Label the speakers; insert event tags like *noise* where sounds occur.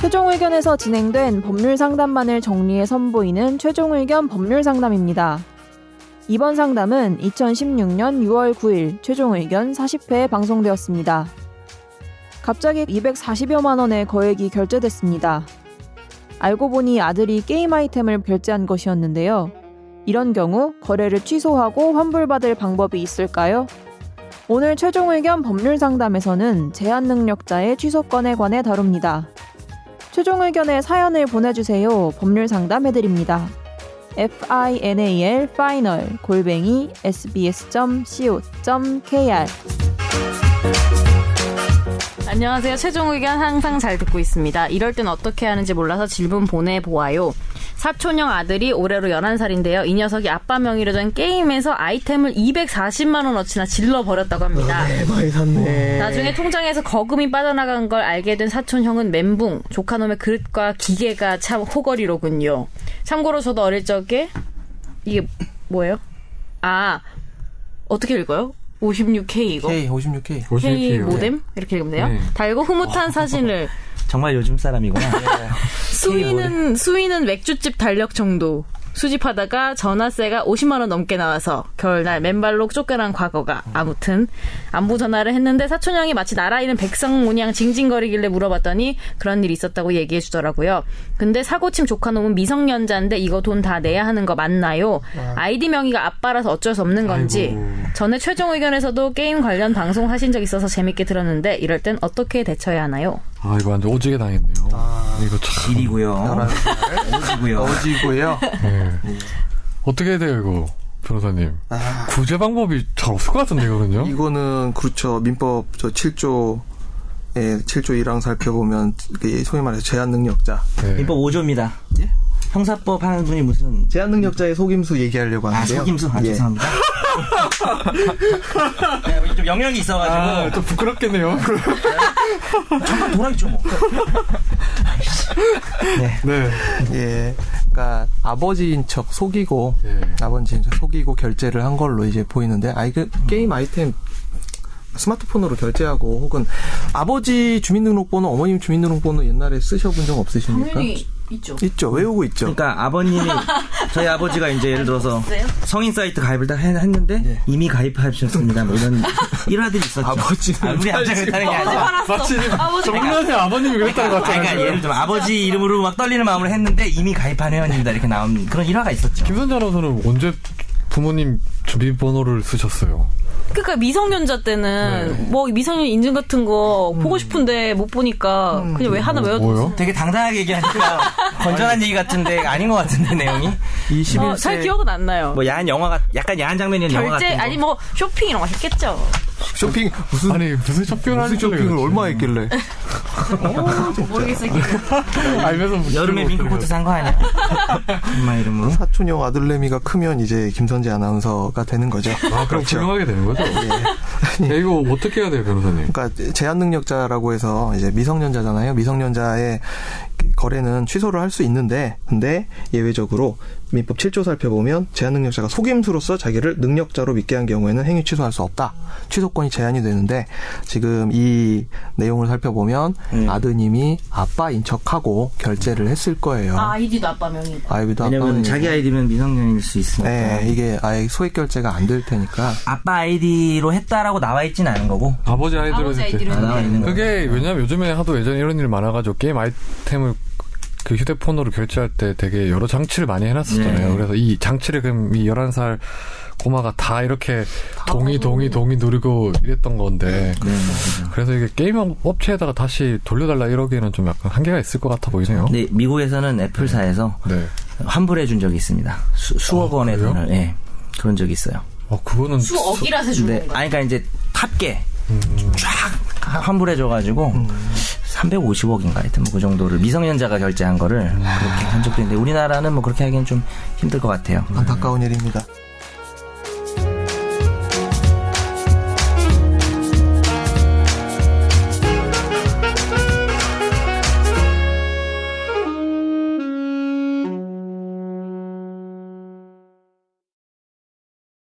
Speaker 1: 최종 의견에서 진행된 법률 상담만을 정리해 선보이는 최종 의견 법률 상담입니다. 이번 상담은 2016년 6월 9일 최종 의견 40회에 방송되었습니다. 갑자기 240여만 원의 거액이 결제됐습니다. 알고 보니 아들이 게임 아이템을 결제한 것이었는데요. 이런 경우 거래를 취소하고 환불받을 방법이 있을까요? 오늘 최종 의견 법률 상담에서는 제한 능력자의 취소권에 관해 다룹니다. 최종 의견의 사연을 보내주세요. 법률 상담해드립니다. final final 골뱅이 sbs.co.kr
Speaker 2: 안녕하세요. 최종 의견 항상 잘 듣고 있습니다. 이럴 땐 어떻게 하는지 몰라서 질문 보내보아요. 사촌형 아들이 올해로 11살인데요. 이 녀석이 아빠 명의로 된 게임에서 아이템을 240만원어치나 질러버렸다고 합니다.
Speaker 3: 대박이 샀네.
Speaker 2: 나중에 통장에서 거금이 빠져나간 걸 알게 된 사촌형은 멘붕, 조카놈의 그릇과 기계가 참 호거리로군요. 참고로 저도 어릴 적에, 이게 뭐예요? 아, 어떻게 읽어요? 56K 이거?
Speaker 3: K 56K.
Speaker 2: K
Speaker 4: 56K 요.
Speaker 2: 모뎀? 이렇게 읽으면 돼요?
Speaker 4: 네.
Speaker 2: 달고 흐뭇한 사진을
Speaker 5: 네. 정말 요즘 사람이구나.
Speaker 2: 수위는 수위는 맥주집 달력 정도 수집하다가 전화세가 50만 원 넘게 나와서 겨울날 맨발로 쫓겨난 과거가 아무튼 안부 전화를 했는데 사촌 형이 마치 나라 잃은 백성 모양 징징거리길래 물어봤더니 그런 일이 있었다고 얘기해 주더라고요. 근데 사고침 조카놈은 미성년자인데 이거 돈 다 내야 하는 거 맞나요? 아이디 명의가 아빠라서 어쩔 수 없는 건지
Speaker 4: 아이고.
Speaker 2: 전에 최종 의견에서도 게임 관련 방송 하신 적 있어서 재밌게 들었는데 이럴 땐 어떻게 대처해야 하나요?
Speaker 4: 아 이거 완전 오지게 당했네요. 이거 참. 네,
Speaker 5: 일이고요. 일이고요.
Speaker 3: 어지고요.
Speaker 4: 예. 어떻게 해야 돼요 이거 변호사님? 구제 방법이 잘 없을 것 같은데 이거는요.
Speaker 3: 이거는 그렇죠. 민법 저 7조 예, 7조 1항 살펴보면 그 소위 말해서 제한 능력자.
Speaker 4: 예.
Speaker 5: 민법 5조입니다. 형사법 하는 분이 무슨
Speaker 3: 제한 능력자의 속임수 얘기하려고
Speaker 5: 아
Speaker 3: 하는데요.
Speaker 5: 속임수 아
Speaker 3: 예.
Speaker 5: 죄송합니다.
Speaker 4: *laughs*
Speaker 5: 네, 좀 영향이 있어가지고
Speaker 4: 아또 부끄럽겠네요.
Speaker 5: *laughs* 잠깐 돌아있죠 뭐.
Speaker 4: 네.
Speaker 3: 예. 그러니까 아버지인 척 속이고
Speaker 4: 예.
Speaker 3: 아버지인 척 속이고 결제를 한 걸로 이제 보이는데 아이 그 게임 아이템 스마트폰으로 결제하고 혹은 아버지 주민등록번호 어머님 주민등록번호 옛날에 쓰셔본 적 없으십니까?
Speaker 2: 있죠.
Speaker 3: 있죠. 외우고 있죠.
Speaker 5: 그러니까 아버님이 저희 아버지가 이제 예를 들어서 성인 사이트 가입을 다 해- 했는데
Speaker 4: 네.
Speaker 3: 예.
Speaker 5: 이미 가입하셨습니다. 뭐
Speaker 4: *laughs*
Speaker 5: 이런 일화들이 있었죠.
Speaker 3: 아버지는
Speaker 5: 아, 우리 아버지가 그랬다는 게 아니라.
Speaker 4: 마치 정면에 아버님이 그랬다는
Speaker 5: 그러니까,
Speaker 4: 것 같아요.
Speaker 5: 그러니까
Speaker 4: 지금.
Speaker 5: 예를 들면 아버지 이름으로 막 떨리는 마음으로 했는데 이미 가입한 회원입니다 이렇게 나온 그런 일화가 있었죠.
Speaker 4: 김선재 아나운서는 언제 부모님 주민번호를 쓰셨어요?
Speaker 2: 그러니까 미성년자 때는
Speaker 4: 네. 음.
Speaker 2: 뭐 미성년 인증 같은 거 보고 싶은데 못 보니까 그냥 왜 하나 외워뒀어.
Speaker 4: 뭐요?
Speaker 5: 되게 당당하게
Speaker 4: *laughs*
Speaker 5: 얘기하니까 건전한 얘기 같은데 아닌 것 같은데 내용이
Speaker 3: 21세
Speaker 2: 어, 잘 기억은 안 나요.
Speaker 5: 뭐 야한 영화 같 약간 야한 장면이었 영화
Speaker 2: 결제
Speaker 5: 같은 거.
Speaker 2: 아니 뭐 쇼핑 이런 거 했겠죠.
Speaker 3: 쇼핑 무슨
Speaker 4: 아니 무슨 쇼핑을 하는
Speaker 3: 무슨 쇼핑을 얼마
Speaker 4: *laughs*
Speaker 3: 했길래?
Speaker 4: 아,
Speaker 2: 모르겠어요.
Speaker 4: 알면서
Speaker 5: 여름에
Speaker 4: 민
Speaker 5: 민크 코트 산 거
Speaker 4: *laughs*
Speaker 5: 아니야? 엄마 이름으로.
Speaker 3: 사촌형 아들내미가 크면 이제 김선재 아나운서가 되는 거죠.
Speaker 4: 아 그럼
Speaker 3: 그렇죠.
Speaker 4: 증명하게 되는 거죠? 야, 이거 어떻게 해야 돼요 변호사님?
Speaker 3: 그러니까 제한 능력자라고 해서 이제 미성년자잖아요. 미성년자의 거래는 취소를 할 수 있는데 근데 예외적으로 민법 7조 살펴보면 제한 능력자가 속임수로서 자기를 능력자로 믿게 한 경우에는 행위 취소할 수 없다. 취소권이 제한이 되는데 지금 이 내용을 살펴보면
Speaker 5: 음.
Speaker 3: 아드님이 아빠인 척하고 결제를 했을 거예요.
Speaker 2: 아이디도 아빠 명이.
Speaker 3: 아이비도
Speaker 5: 왜냐면
Speaker 3: 아빠는
Speaker 5: 자기 아이디면 미성년일 수 있으니까.
Speaker 3: 네, 이게 아예 소액 결제가 안 될 테니까
Speaker 5: 아빠 아이디로 했다라고 나와 있진 않은 거고.
Speaker 4: 아버지 아이들은
Speaker 2: 아버지
Speaker 4: 이렇게-
Speaker 2: 아이디로
Speaker 5: 아, 나와 있는 거.
Speaker 4: 그게 왜냐면 요즘에 하도 예전에 이런 일 많아가지고 게임 아이템을 그 휴대폰으로 결제할 때 되게 여러 장치를 많이 해놨었잖아요.
Speaker 5: 네.
Speaker 4: 그래서 이 장치를 그럼 이 11살 고마가 다 이렇게 동의, 동의, 동의 누르고 이랬던 건데.
Speaker 5: 네.
Speaker 4: 그래서 이게 게임 업체에다가 다시 돌려달라 이러기에는 좀 약간 한계가 있을 것 같아 보이네요.
Speaker 5: 근데 미국에서는 애플사에서
Speaker 4: 네.
Speaker 5: 환불해 준 적이 있습니다. 수, 억
Speaker 4: 아,
Speaker 5: 원의
Speaker 4: 그래요?
Speaker 5: 돈을. 예. 그런 적이 있어요.
Speaker 4: 어, 그거는.
Speaker 2: 수억이라서
Speaker 5: 근데 아니 그러니까 이제 합계 쫙 환불해 줘 가지고 350억인가 하여튼 뭐 그 정도를 미성년자가 결제한 거를 그렇게 한 적도 있는데 우리나라는 뭐 그렇게 하기엔 좀 힘들 것 같아요.
Speaker 3: 안타까운 일입니다.